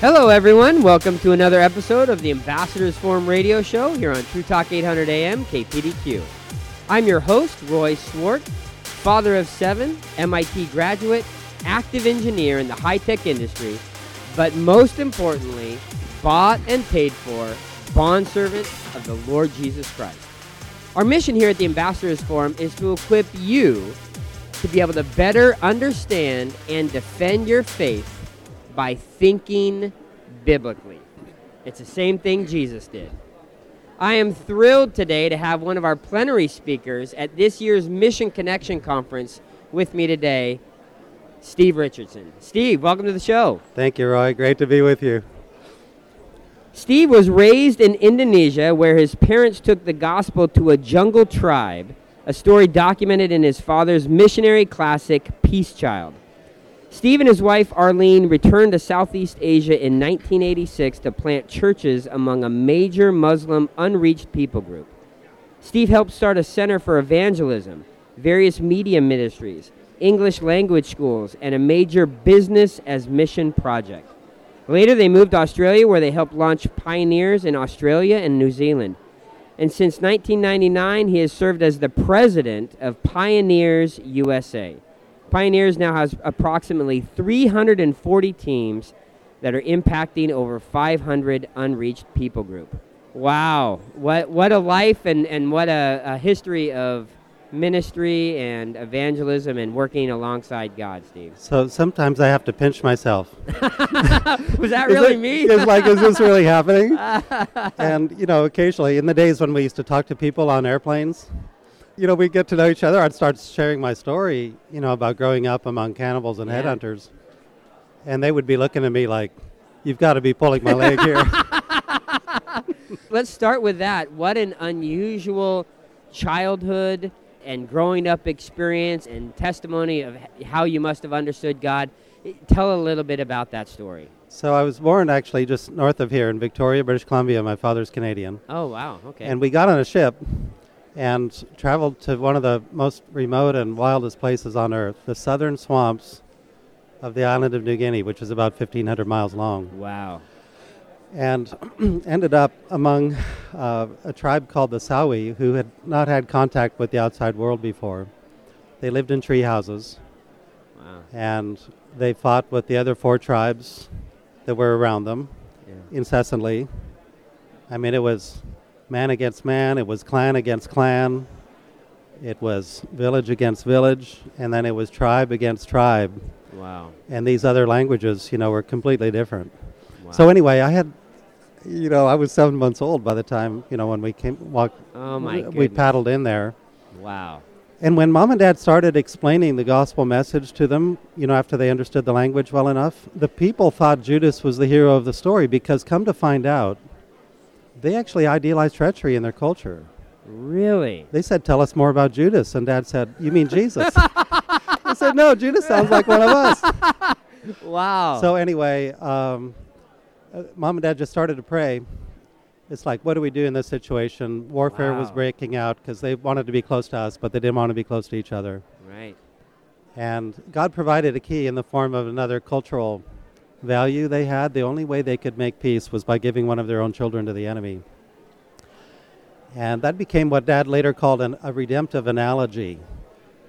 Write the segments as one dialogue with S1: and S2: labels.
S1: Hello, everyone. Welcome to another episode of the Ambassadors Forum radio show here on True Talk 800 AM KPDQ. I'm your host, Roy Swart, father of seven, MIT graduate, active engineer in the high tech industry, but most importantly, bought and paid for bondservant of the Lord Jesus Christ. Our mission here at the Ambassadors Forum is to equip you to be able to better understand and defend your faith by thinking biblically. It's the same thing Jesus did. I am thrilled today to have one of our plenary speakers at this year's Mission Connection Conference with me today, Steve Richardson. Steve, welcome to the show.
S2: Thank you, Roy. Great to be with you.
S1: Steve was raised in Indonesia, where his parents took the gospel to a jungle tribe, a story documented in his father's missionary classic, Peace Child. Steve and his wife, Arlene, returned to Southeast Asia in 1986 to plant churches among a major Muslim unreached people group. Steve helped start a center for evangelism, various media ministries, English language schools, and a major business as mission project. Later, they moved to Australia, where they helped launch pioneers in Australia and New Zealand. And since 1999, he has served as the president of Pioneers USA. Pioneers now has approximately 340 teams that are impacting over 500 unreached people group. Wow, what, what a life and, and what a, a history of ministry and evangelism and working alongside God, Steve.
S2: So sometimes I have to pinch myself.
S1: Was that
S2: Is
S1: really
S2: it-
S1: me?
S2: It's like, is this really happening? and, you know, occasionally in the days when we used to talk to people on airplanes, you know, we'd get to know each other. I'd start sharing my story, you know, about growing up among cannibals and
S1: Yeah.
S2: headhunters. And they would be looking at me like, you've got to be pulling my leg here.
S1: Let's start with that. What an unusual childhood and growing up experience and testimony of h- how you must have understood God. I- Tell a little bit about that story.
S2: so I was born actually just north of here in Victoria, British Columbia. My father's Canadian.
S1: Oh, wow. Okay.
S2: And we got on a ship and traveled to one of the most remote and wildest places on earth, the southern swamps of the island of New Guinea, which is about 1,500 miles long,
S1: wow.
S2: and ended up among uh, a tribe called the Sawi who had not had contact with the outside world before. They lived in tree houses
S1: Wow.
S2: and they fought with the other four tribes that were around them
S1: Yeah.
S2: incessantly. I mean, it was man against man, it was clan against clan, it was village against village, and then it was tribe against tribe.
S1: Wow.
S2: And these other languages, you know, were completely different.
S1: wow.
S2: So anyway, I had, you know, I was seven months old by the time, you know, when we came walked,
S1: oh, my goodness.
S2: we paddled in there.
S1: Wow.
S2: And when mom and dad started explaining the gospel message to them, you know, after they understood the language well enough, the people thought Judas was the hero of the story because come to find out, they actually idealized treachery in their culture.
S1: Really?
S2: They said, Tell us more about Judas. And dad said, You mean Jesus? I said, No, Judas sounds like one of us.
S1: Wow.
S2: So, anyway, um, uh, mom and dad just started to pray. It's like, what do we do in this situation? Warfare was
S1: Wow.
S2: breaking out because they wanted to be close to us, but they didn't want to be close to each other.
S1: right.
S2: And God provided a key in the form of another cultural value they had. The only way they could make peace was by giving one of their own children to the enemy. And that became what Dad later called an, a redemptive analogy.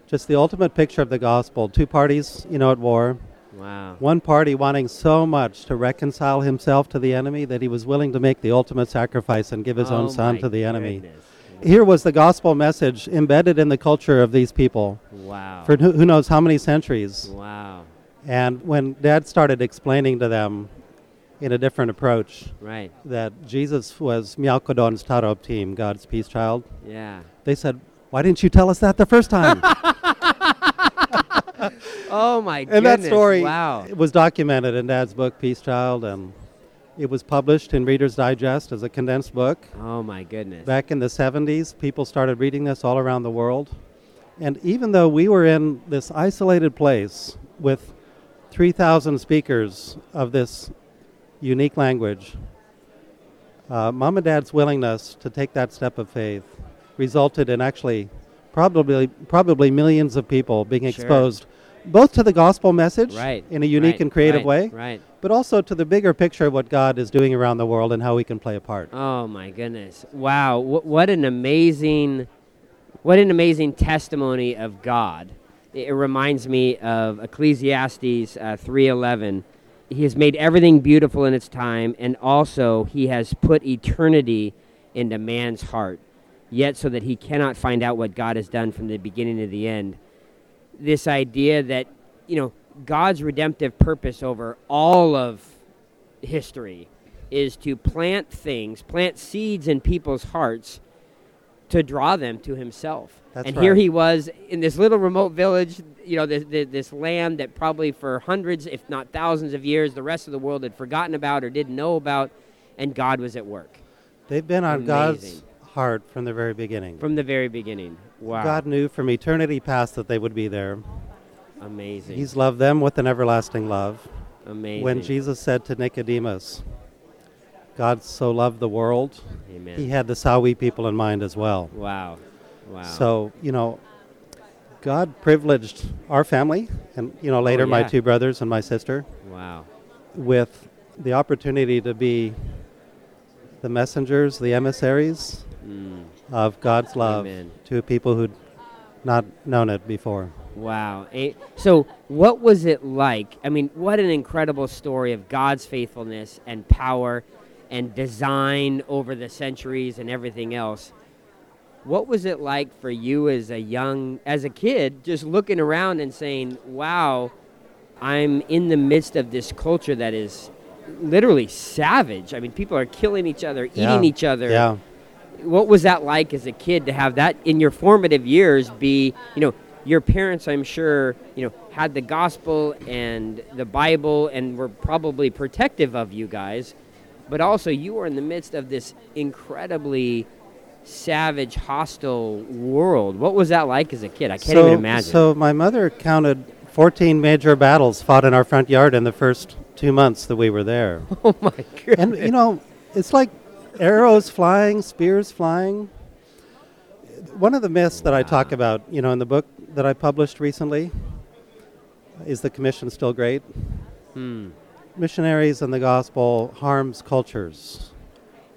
S2: Just the ultimate picture of the gospel. Two parties, you know, at war.
S1: Wow.
S2: One party wanting so much to reconcile himself to the enemy that he was willing to make the ultimate sacrifice and give his
S1: Oh,
S2: own son
S1: my
S2: to the enemy.
S1: goodness.
S2: Here was the gospel message embedded in the culture of these people
S1: Wow.
S2: for who who knows how many centuries.
S1: wow.
S2: And when Dad started explaining to them in a different approach
S1: Right.
S2: that Jesus was Myakodon's Tarot team, God's peace child,
S1: Yeah.
S2: they said, Why didn't you tell us that the first time?
S1: Oh, my
S2: and
S1: goodness.
S2: that story
S1: Wow.
S2: was documented in Dad's book, Peace Child, and it was published in Reader's Digest as a condensed book.
S1: Oh, my goodness.
S2: Back in the 70s, people started reading this all around the world. And even though we were in this isolated place with 3,000 speakers of this unique language, uh, mom and dad's willingness to take that step of faith resulted in actually probably, probably millions of people being
S1: Sure.
S2: exposed both to the gospel message
S1: Right.
S2: in a unique
S1: right,
S2: and creative way,
S1: right, Right.
S2: but also to the bigger picture of what God is doing around the world and how we can play a part.
S1: Oh my goodness! Wow, what, what an amazing, what an amazing testimony of God. It, it reminds me of Ecclesiastes uh, three eleven. He has made everything beautiful in its time, and also he has put eternity into man's heart, yet so that he cannot find out what God has done from the beginning to the end. This idea that you know God's redemptive purpose over all of history is to plant things, plant seeds in people's hearts to draw them to himself.
S2: That's
S1: and here
S2: right.
S1: he was in this little remote village, you know, this, this, this land that probably for hundreds, if not thousands of years, the rest of the world had forgotten about or didn't know about, and God was at work
S2: They've been on God's
S1: Amazing.
S2: heart from the very beginning.
S1: from the very beginning. Wow.
S2: God knew from eternity past that they would be there.
S1: amazing.
S2: He's loved them with an everlasting love.
S1: amazing.
S2: When Jesus said to Nicodemus, God so loved the world,
S1: Amen.
S2: he had the Sawi people in mind as well.
S1: wow. Wow.
S2: So, you know, God privileged our family and, you know, later my
S1: Oh, yeah.
S2: two brothers and my sister
S1: wow.
S2: with the opportunity to be the messengers, the emissaries
S1: Mm.
S2: of God's love
S1: Amen.
S2: to people who'd not known it before.
S1: Wow. Eh, So, what was it like? I mean, what an incredible story of God's faithfulness and power and design over the centuries and everything else. What was it like for you as a young, as a kid, just looking around and saying, wow, I'm in the midst of this culture that is literally savage? I mean, people are killing each other, eating
S2: Yeah.
S1: each other
S2: Yeah.
S1: what was that like as a kid to have that in your formative years be you know your parents i'm sure you know had the gospel and the bible and were probably protective of you guys but also you were in the midst of this incredibly savage hostile world what was that like as a kid i can't even imagine
S2: So my mother counted 14 major battles fought in our front yard in the first two months that we were there.
S1: oh my god
S2: and you know, it's like arrows flying, spears flying. One of the myths that I talk about, you know, in the book that I published recently, is the commission still great?
S1: Hmm.
S2: Missionaries and the gospel harms cultures,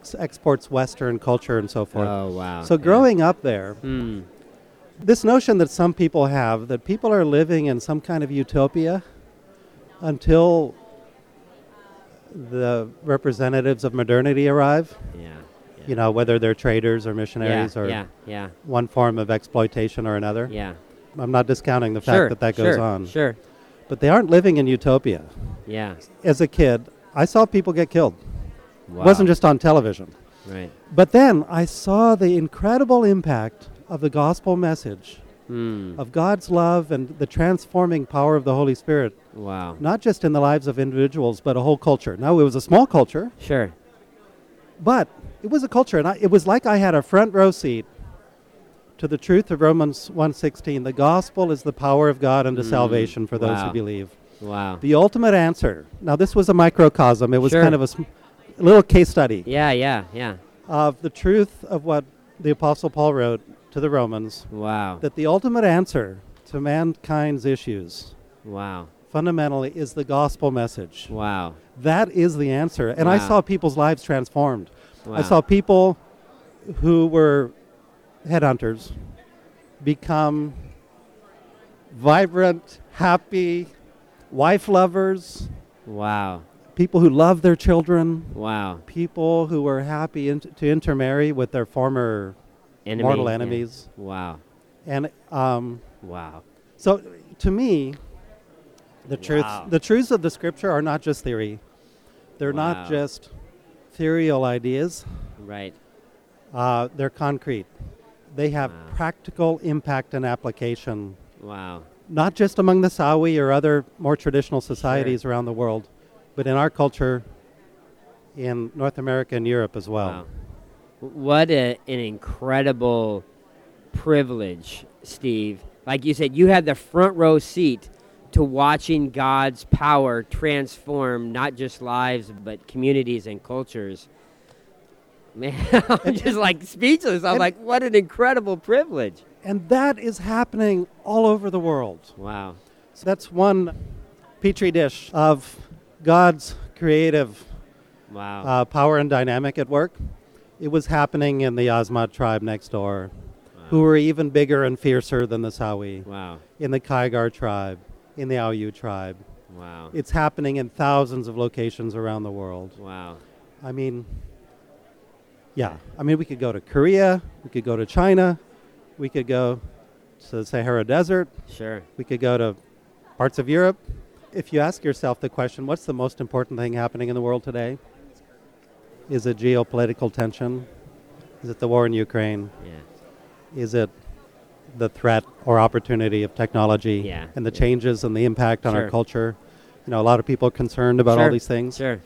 S2: s- exports Western culture and so forth.
S1: oh wow
S2: so
S1: Yeah.
S2: growing up there,
S1: Hmm.
S2: this notion that some people have that people are living in some kind of utopia until the representatives of modernity arrive,
S1: yeah yeah
S2: you know, whether they're traders or missionaries
S1: yeah,
S2: or
S1: yeah yeah
S2: one form of exploitation or another.
S1: yeah
S2: I'm not discounting the fact
S1: sure
S2: that that
S1: sure,
S2: goes on.
S1: sure
S2: But they aren't living in utopia.
S1: yeah
S2: As a kid, I saw people get killed.
S1: wow.
S2: It wasn't just on television.
S1: right
S2: But then I saw the incredible impact of the gospel message
S1: Hmm.
S2: of God's love and the transforming power of the Holy Spirit,
S1: Wow.
S2: not just in the lives of individuals, but a whole culture. Now, it was a small culture,
S1: Sure.
S2: but it was a culture, and I, it was like I had a front row seat to the truth of Romans 1.16. The gospel is the power of God unto salvation for those
S1: Mm. wow.
S2: who believe.
S1: Wow.
S2: The ultimate answer. Now, this was a microcosm. It was
S1: Sure.
S2: kind of a sm- little case study
S1: yeah, yeah, yeah.
S2: of the truth of what the Apostle Paul wrote to the Romans,
S1: Wow.
S2: that the ultimate answer to mankind's issues
S1: wow.
S2: fundamentally is the gospel message.
S1: Wow.
S2: That is the answer. And I
S1: Wow.
S2: saw people's lives transformed.
S1: Wow.
S2: I saw people who were headhunters become vibrant, happy, wife lovers,
S1: Wow.
S2: people who love their children,
S1: Wow.
S2: people who were happy in- to intermarry with their former
S1: Enemy,
S2: mortal
S1: yeah.
S2: enemies.
S1: Wow.
S2: And um,
S1: Wow.
S2: So, to me, the truths
S1: Wow.
S2: the truths of the scripture are not just theory; they're
S1: Wow.
S2: not just theorial ideas.
S1: Right.
S2: Uh, they're concrete. They have
S1: Wow.
S2: practical impact and application,
S1: Wow.
S2: not just among the Sawi or other more traditional societies around the world, but in our culture, in North America and Europe as well.
S1: Wow. What a, an incredible privilege, Steve. Like you said, you had the front row seat to watching God's power transform not just lives, but communities and cultures. Man, I'm just like speechless. I'm
S2: and-
S1: like, what an incredible privilege.
S2: And that is happening all over the world.
S1: Wow.
S2: So that's one petri dish of God's creative
S1: Wow.
S2: uh, power and dynamic at work. It was happening in the Asmat tribe next door, who were even bigger and fiercer than the Sawi,
S1: wow.
S2: in the Kaigar tribe, in the Aoyu tribe.
S1: Wow.
S2: It's happening in thousands of locations around the world.
S1: wow.
S2: I mean, yeah. I mean, we could go to Korea, we could go to China, we could go to the Sahara Desert,
S1: Sure.
S2: we could go to parts of Europe. If you ask yourself the question, what's the most important thing happening in the world today? Is it geopolitical tension? Is it the war in Ukraine?
S1: Yeah.
S2: Is it the threat or opportunity of technology
S1: Yeah,
S2: and the
S1: yeah.
S2: changes and the impact on
S1: Sure.
S2: our culture? You know, a lot of people are concerned about all
S1: Sure,
S2: these things.
S1: Sure.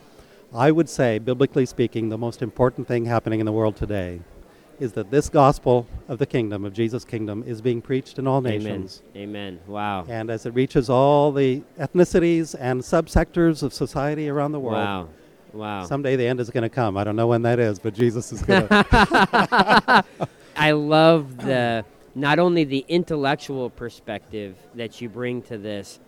S2: I would say, biblically speaking, the most important thing happening in the world today is that this gospel of the kingdom, of Jesus' kingdom, is being preached in all nations.
S1: Amen. Amen. Wow.
S2: And as it reaches all the ethnicities and subsectors of society around the world,
S1: Wow. Wow.
S2: someday the end is going to come. I don't know when that is, but Jesus is going to.
S1: I love the not only the intellectual perspective that you bring to this,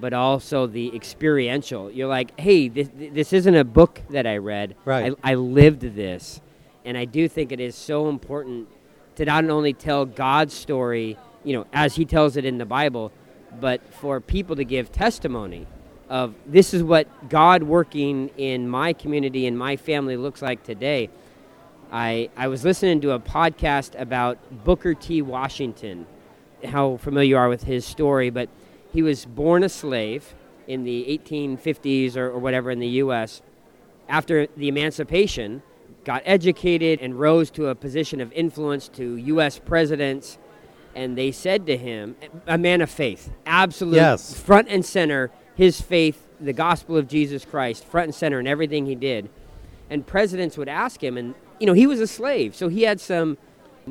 S1: but also the experiential. You're like, hey, this, this isn't a book that I read.
S2: Right.
S1: I, I lived this, and I do think it is so important to not only tell God's story, you know, as He tells it in the Bible, but for people to give testimony of this is what God working in my community and my family looks like today. I, I was listening to a podcast about Booker T. Washington, how familiar you are with his story, but he was born a slave in the 1850s or, or whatever in the U.S. After the emancipation, got educated and rose to a position of influence to U.S. presidents. And they said to him, a man of faith, absolute
S2: Yes.
S1: front and center, his faith, the gospel of Jesus Christ, front and center in everything he did. And presidents would ask him, and you know, he was a slave, so he had some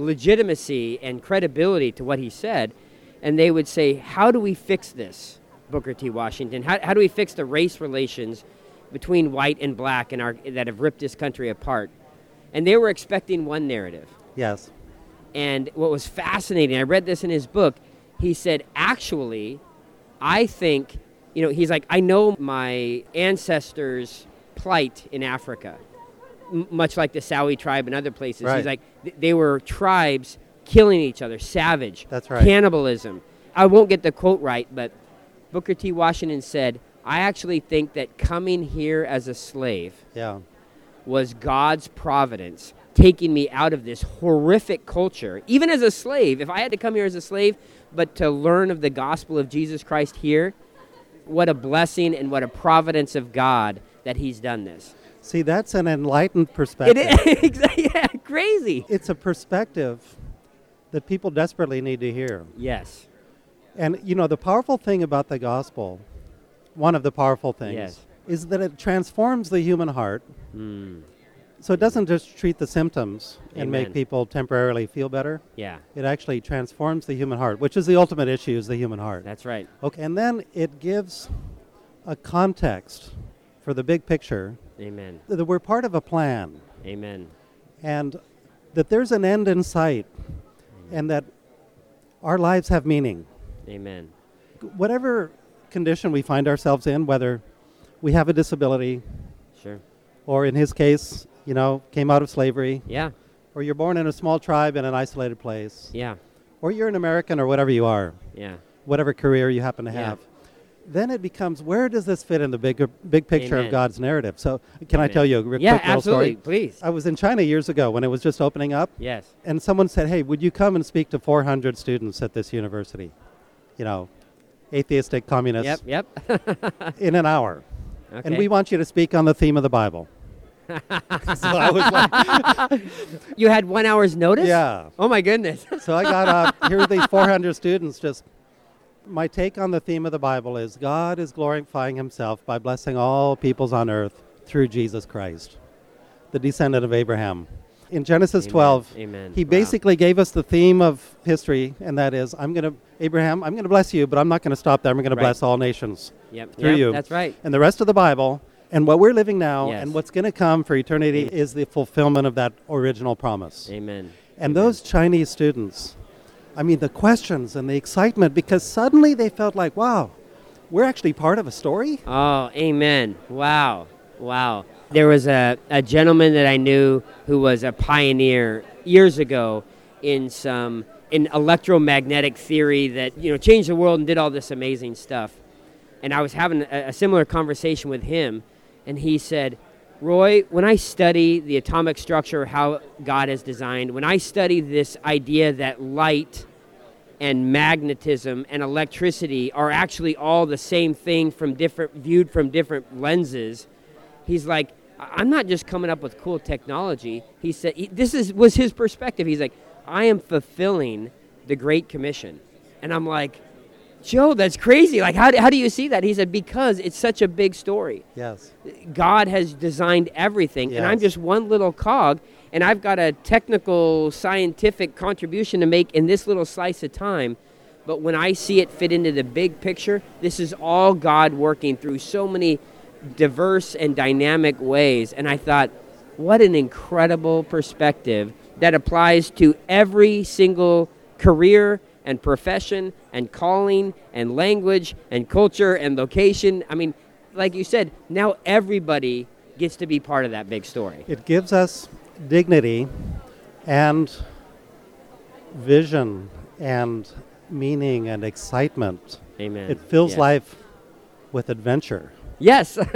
S1: legitimacy and credibility to what he said. And they would say, How do we fix this, Booker T. Washington? How, how do we fix the race relations between white and black in our, that have ripped this country apart? And they were expecting one narrative.
S2: yes.
S1: And what was fascinating, I read this in his book, he said, actually, I think, you know, he's like, I know my ancestors' plight in Africa, m- much like the Sawi tribe and other places. He's
S2: Right.
S1: like, th- they were tribes killing each other, savage,
S2: That's right.
S1: cannibalism. I won't get the quote right, but Booker T. Washington said, I actually think that coming here as a slave
S2: Yeah.
S1: was God's providence taking me out of this horrific culture, even as a slave. If I had to come here as a slave, but to learn of the gospel of Jesus Christ here, what a blessing and what a providence of God that He's done this.
S2: See, that's an enlightened perspective.
S1: It is yeah, crazy.
S2: It's a perspective that people desperately need to hear.
S1: Yes,
S2: And you know, the powerful thing about the gospel, one of the powerful things,
S1: Yes. Hmm.
S2: is that it transforms the human heart. So it doesn't just treat the symptoms and
S1: Amen.
S2: make people temporarily feel better.
S1: yeah,
S2: It actually transforms the human heart, which is the ultimate issue is the human heart.
S1: that's right.
S2: Okay, and then it gives a context for the big picture
S1: Amen.
S2: that we're part of a plan
S1: Amen.
S2: and that there's an end in sight and that our lives have meaning
S1: Amen.
S2: whatever condition we find ourselves in, whether we have a disability,
S1: Sure.
S2: or in his case, you know, came out of slavery,
S1: Yeah,
S2: or you're born in a small tribe in an isolated place,
S1: yeah,
S2: or you're an American or whatever you are,
S1: yeah.
S2: whatever career you happen to
S1: Yeah.
S2: have, then it becomes where does this fit in the bigger, big picture
S1: Amen.
S2: of God's narrative? So, can I
S1: Amen.
S2: tell you a r-
S1: yeah,
S2: quick little
S1: absolutely.
S2: story?
S1: Please.
S2: I was in China years ago when it was just opening up,
S1: yes.
S2: and someone said, "Hey, would you come and speak to 400 students at this university?" You know, atheistic communists
S1: Yep, yep.
S2: in an hour.
S1: okay.
S2: and we want you to speak on the theme of the Bible. so I was like,
S1: you had one hour's notice?
S2: yeah.
S1: Oh, my goodness.
S2: So I got up. Here are these 400 students. Just my take on the theme of the Bible is God is glorifying Himself by blessing all peoples on earth through Jesus Christ, the descendant of Abraham. In Genesis
S1: Amen.
S2: 12,
S1: Amen.
S2: He
S1: Wow.
S2: basically gave us the theme of history, and that is, I'm going to Abraham, I'm going to bless you, but I'm not going to stop there. I'm going to
S1: Right.
S2: bless all nations.
S1: Yep,
S2: through
S1: yep,
S2: you.
S1: That's right.
S2: and the rest of the Bible and what we're living now
S1: Yes.
S2: and what's going to come for eternity
S1: Amen.
S2: is the fulfillment of that original promise.
S1: Amen.
S2: And those Chinese students, I mean, the questions and the excitement because suddenly they felt like, wow, We're actually part of a story?
S1: Oh, amen. Wow. Wow. There was a, a gentleman that I knew who was a pioneer years ago in some in electromagnetic theory that, you know, changed the world and did all this amazing stuff. And I was having a, a similar conversation with him and he said, Roy, when I study the atomic structure, how God has designed, when I study this idea that light and magnetism and electricity are actually all the same thing from different viewed from different lenses he's like "I- i'm not just coming up with cool technology he said he- this is was his perspective he's like i am fulfilling the great commission and i'm like joe that's crazy like how, do- how do you see that he said because it's such a big story
S2: Yes.
S1: God has designed everything, and I'm
S2: Yes.
S1: just one little cog, and I've got a technical, scientific contribution to make in this little slice of time. But when I see it fit into the big picture, this is all God working through so many diverse and dynamic ways. And I thought, what an incredible perspective that applies to every single career and profession and calling and language and culture and location. I mean, like you said, now everybody gets to be part of that big story.
S2: It gives us dignity and vision and meaning and excitement.
S1: Amen.
S2: It fills
S1: Yeah.
S2: life with adventure.
S1: Yes.
S2: And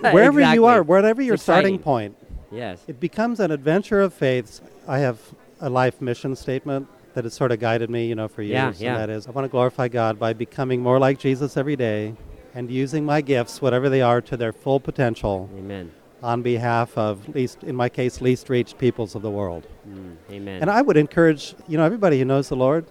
S2: wherever
S1: Exactly.
S2: you are, wherever your starting
S1: exciting.
S2: point,
S1: yes.
S2: it becomes an adventure of faith. I have a life mission statement that has sort of guided me, you know, for years.
S1: Yeah, yeah.
S2: And that is, I want to glorify God by becoming more like Jesus every day and using my gifts, whatever they are, to their full potential
S1: Amen.
S2: on behalf of least, in my case, least reached peoples of the world.
S1: Mm, amen.
S2: And I would encourage, you know, everybody who knows the Lord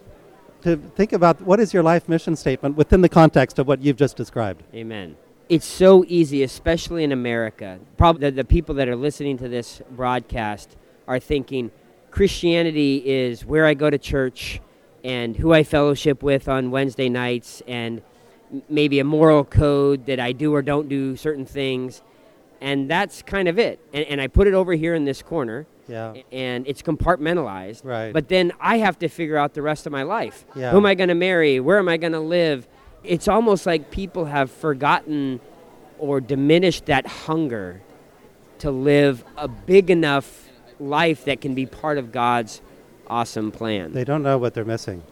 S2: to think about what is your life mission statement within the context of what you've just described.
S1: Amen. It's so easy, especially in America. Probably the, the people that are listening to this broadcast are thinking Christianity is where I go to church and who I fellowship with on Wednesday nights and m- maybe a moral code that I do or don't do certain things. And that's kind of it. And, and I put it over here in this corner
S2: Yeah.
S1: a- and it's compartmentalized.
S2: Right.
S1: But then I have to figure out the rest of my life.
S2: Yeah.
S1: Who am I going to marry? Where am I going to live? It's almost like people have forgotten or diminished that hunger to live a big enough life that can be part of God's awesome plan.
S2: They don't know what they're missing.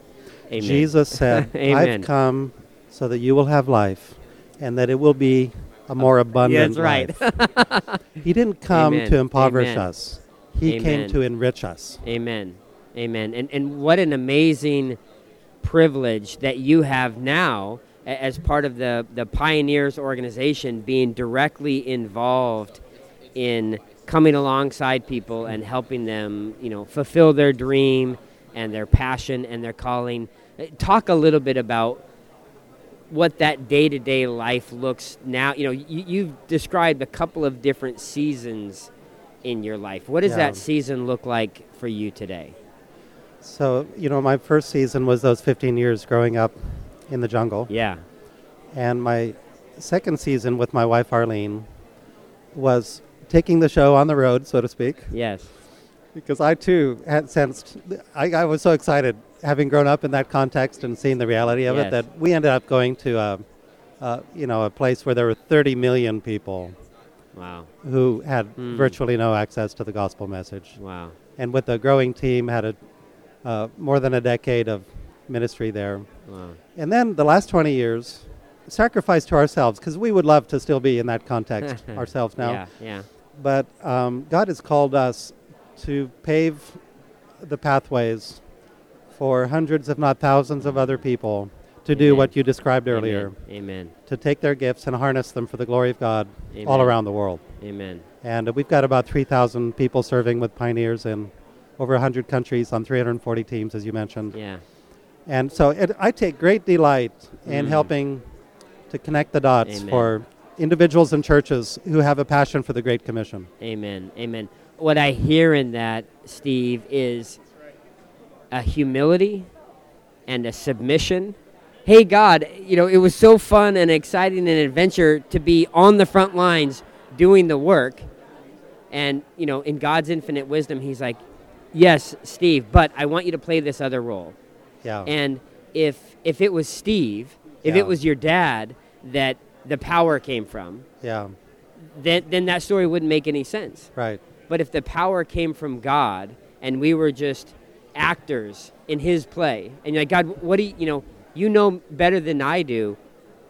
S1: Amen.
S2: Jesus said,
S1: Amen.
S2: I've come so that you will have life and that it will be a more abundant
S1: That's right.
S2: life. he didn't come
S1: Amen.
S2: to impoverish
S1: Amen.
S2: us. He
S1: Amen.
S2: came to enrich us.
S1: Amen. Amen. And and what an amazing privilege that you have now a- as part of the the pioneers organization being directly involved in coming alongside people and helping them, you know, fulfill their dream and their passion and their calling. Uh, Talk a little bit about what that day-to-day life looks now you know you, you've described a couple of different seasons in your life what does
S2: Yeah.
S1: that season look like for you today
S2: So, you know, my first season was those 15 years growing up in the jungle.
S1: yeah
S2: And my second season with my wife Arlene was taking the show on the road, so to speak,
S1: yes
S2: because I too had sensed, I, I was so excited having grown up in that context and seeing the reality of
S1: Yes.
S2: it that we ended up going to a, a, you know, a place where there were 30 million people
S1: wow
S2: who had
S1: Hmm.
S2: virtually no access to the gospel message.
S1: wow
S2: And with a growing team, had a, uh, more than a decade of ministry there.
S1: wow
S2: And then the last 20 years, sacrifice to ourselves, because we would love to still be in that context ourselves now.
S1: yeah yeah
S2: But um, God has called us to pave the pathways for hundreds, if not thousands, of other people to do
S1: Amen.
S2: what you described earlier
S1: amen
S2: to take their gifts and harness them for the glory of God all
S1: Amen.
S2: around the world.
S1: amen
S2: And we've got about 3,000 people serving with pioneers in over 100 countries on 340 teams, as you mentioned.
S1: yeah
S2: And so it, I take great delight in
S1: Mm.
S2: helping to connect the dots
S1: Amen.
S2: for individuals and churches who have a passion for the Great Commission.
S1: Amen. Amen. What I hear in that, Steve, is a humility and a submission. Hey, God, you know, it was so fun and exciting an adventure to be on the front lines doing the work. And, you know, in God's infinite wisdom, He's like, yes, Steve, but I want you to play this other role.
S2: Yeah.
S1: And if if it was Steve, if
S2: Yeah.
S1: it was your dad, that the power came from,
S2: Yeah.
S1: then, then that story wouldn't make any sense.
S2: Right.
S1: But if the power came from God and we were just actors in His play, and you're like, God, what do you, you know, you know better than I do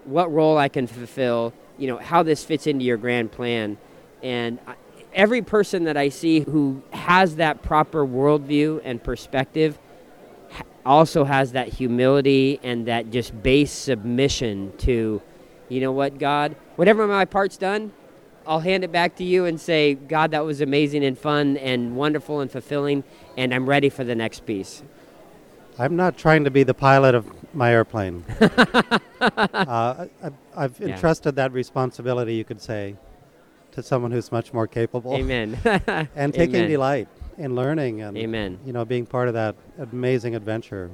S1: what role I can fulfill, you know, how this fits into your grand plan. And I, every person that I see who has that proper worldview and perspective ha- also has that humility and that just base submission to, you know what, God, whenever my part's done, I'll hand it back to you and say, God, that was amazing and fun and wonderful and fulfilling, and I'm ready for the next piece.
S2: I'm not trying to be the pilot of my airplane. uh, I, I've- I've
S1: Yeah.
S2: entrusted that responsibility, you could say, to someone who's much more capable.
S1: Amen.
S2: And taking
S1: Amen.
S2: delight in learning and
S1: Amen.
S2: you know being part of that amazing adventure.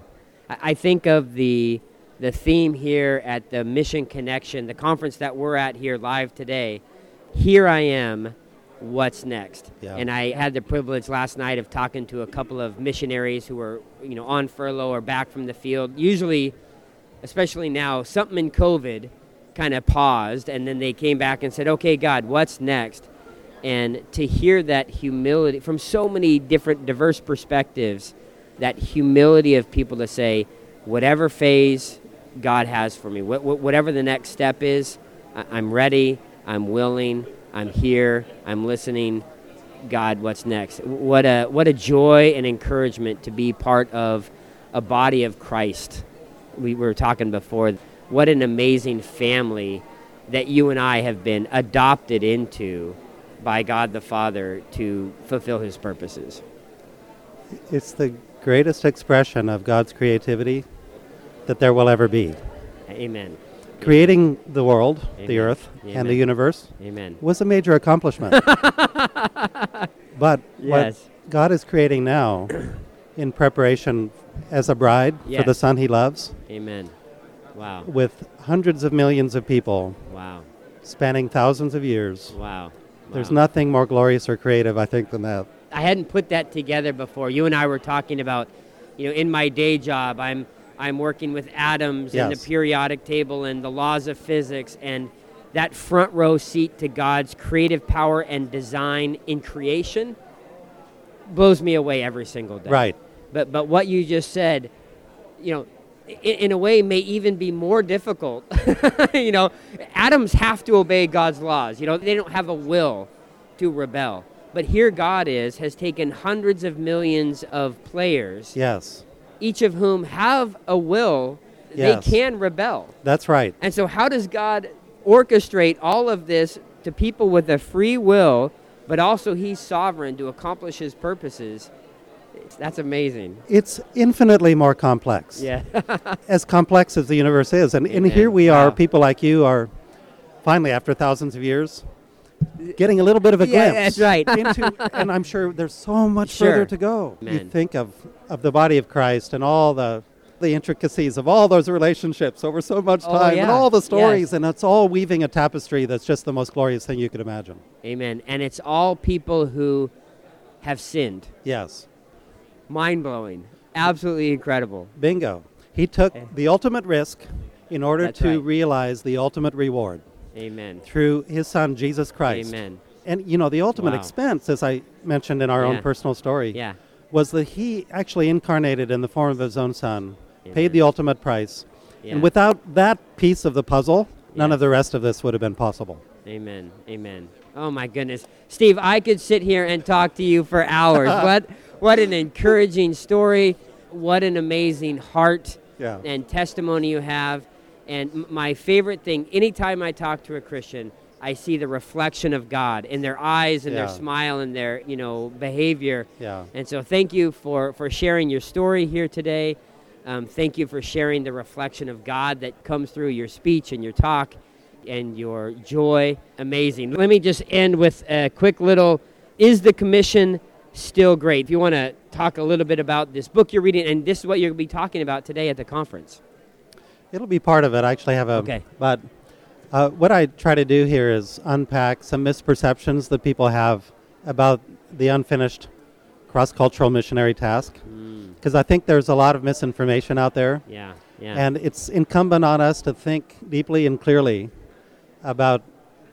S1: I I think of the the theme here at the Mission Connection, the conference that we're at here live today. Here I am. What's next?
S2: Yeah.
S1: And I had the privilege last night of talking to a couple of missionaries who were, you know, on furlough or back from the field. Usually, especially now, something in COVID kind of paused, and then they came back and said, "Okay, God, what's next?" And to hear that humility from so many different diverse perspectives, that humility of people to say, whatever phase God has for me, wh- wh- whatever the next step is, I- I'm ready, I'm willing, I'm here, I'm listening. God, what's next? Wh- What a what a joy and encouragement to be part of a body of Christ. We were talking before. What an amazing family that you and I have been adopted into by God the Father to fulfill His purposes.
S2: It's the greatest expression of God's creativity that there will ever be.
S1: Amen.
S2: Creating the world,
S1: Amen.
S2: the earth, and the
S1: Amen.
S2: universe
S1: Amen.
S2: was a major accomplishment. but
S1: Yes.
S2: what God is creating now in preparation as a bride
S1: Yes.
S2: for the son he loves
S1: Amen. Wow.
S2: with hundreds of millions of people
S1: Wow.
S2: spanning thousands of years.
S1: Wow.
S2: There's
S1: Wow.
S2: nothing more glorious or creative, I think, than that.
S1: I hadn't put that together before. You and I were talking about, you know, in my day job, I'm I'm working with atoms and
S2: Yes.
S1: the periodic table and the laws of physics and that front row seat to God's creative power and design in creation blows me away every single day.
S2: Right.
S1: But but what you just said, you know, in, in a way may even be more difficult. you know, atoms have to obey God's laws. You know, they don't have a will to rebel. But here God is has taken hundreds of millions of players,
S2: Yes.
S1: each of whom have a will.
S2: Yes.
S1: They can rebel.
S2: That's right.
S1: And so, how does God orchestrate all of this to people with a free will, but also He's sovereign to accomplish His purposes? It's- That's amazing.
S2: It's infinitely more complex.
S1: Yeah.
S2: as complex as the universe is. And, and
S1: Amen.
S2: here we are,
S1: Wow.
S2: people like you are finally, after thousands of years, getting a little bit of a
S1: Yeah,
S2: glimpse.
S1: that's right.
S2: into, and I'm sure there's so much
S1: Sure.
S2: further to go. You
S1: Amen.
S2: think of, of the body of Christ and all the, the intricacies of all those relationships over so much
S1: Oh,
S2: time and
S1: yeah.
S2: all the
S1: Yes.
S2: stories, and it's all weaving a tapestry that's just the most glorious thing you could imagine.
S1: Amen. And it's all people who have sinned.
S2: Yes.
S1: Mind blowing. Absolutely incredible.
S2: Bingo. He took
S1: Okay.
S2: the ultimate risk in order
S1: Eh. That's
S2: to
S1: right.
S2: realize the ultimate reward
S1: Amen.
S2: through his son, Jesus Christ.
S1: Amen.
S2: And you know, the ultimate
S1: Wow.
S2: expense, as I mentioned in our
S1: Yeah.
S2: own personal story,
S1: Yeah.
S2: was that he actually incarnated in the form of his own son,
S1: Amen.
S2: paid the ultimate price.
S1: Yeah.
S2: And without that piece of the puzzle, none
S1: Yeah.
S2: of the rest of this would have been possible.
S1: Amen. Amen. Oh my goodness. Steve, I could sit here and talk to you for hours. what what an encouraging story. What an amazing heart
S2: Yeah.
S1: and testimony you have. And m- my favorite thing, anytime I talk to a Christian, I see the reflection of God in their eyes and their
S2: Yeah.
S1: smile and their, you know, behavior.
S2: Yeah.
S1: And so thank you for, for sharing your story here today. Um, thank you for sharing the reflection of God that comes through your speech and your talk and your joy. Amazing. Let me just end with a quick little Is the Commission Still Great? If you want to talk a little bit about this book you're reading, and this is what you'll be talking about today at the conference.
S2: It'll be part of it. I actually have a.
S1: Okay.
S2: But uh, what I try to do here is unpack some misperceptions that people have about the unfinished Mm. cross cultural missionary task. Because I think there's a lot of misinformation out there.
S1: Yeah. Yeah.
S2: And it's incumbent on us to think deeply and clearly about,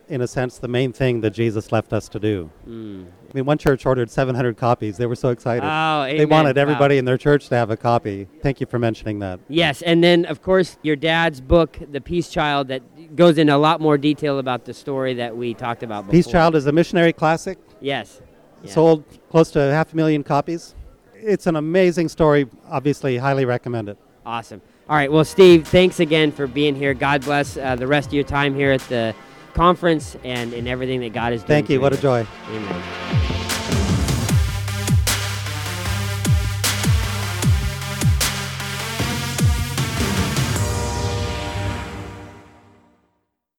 S2: in a sense, the main thing that Jesus left us to do.
S1: Mm.
S2: I mean, one church ordered 700 copies. They were so excited.
S1: Oh,
S2: They
S1: amen.
S2: wanted everybody
S1: Wow.
S2: in their church to have a copy. Thank you for mentioning that.
S1: Yes, and then of course your dad's book, The Peace Child, that goes into a lot more detail about the story that we talked about before.
S2: Peace Child is a missionary classic.
S1: Yes. Yeah.
S2: Sold close to half a million copies. It's an amazing story. Obviously, highly recommend it.
S1: Awesome. All right. Well, Steve, thanks again for being here. God bless uh, the rest of your time here at the conference and in everything that God is doing.
S2: Thank you.
S1: for
S2: What a joy.
S1: Amen.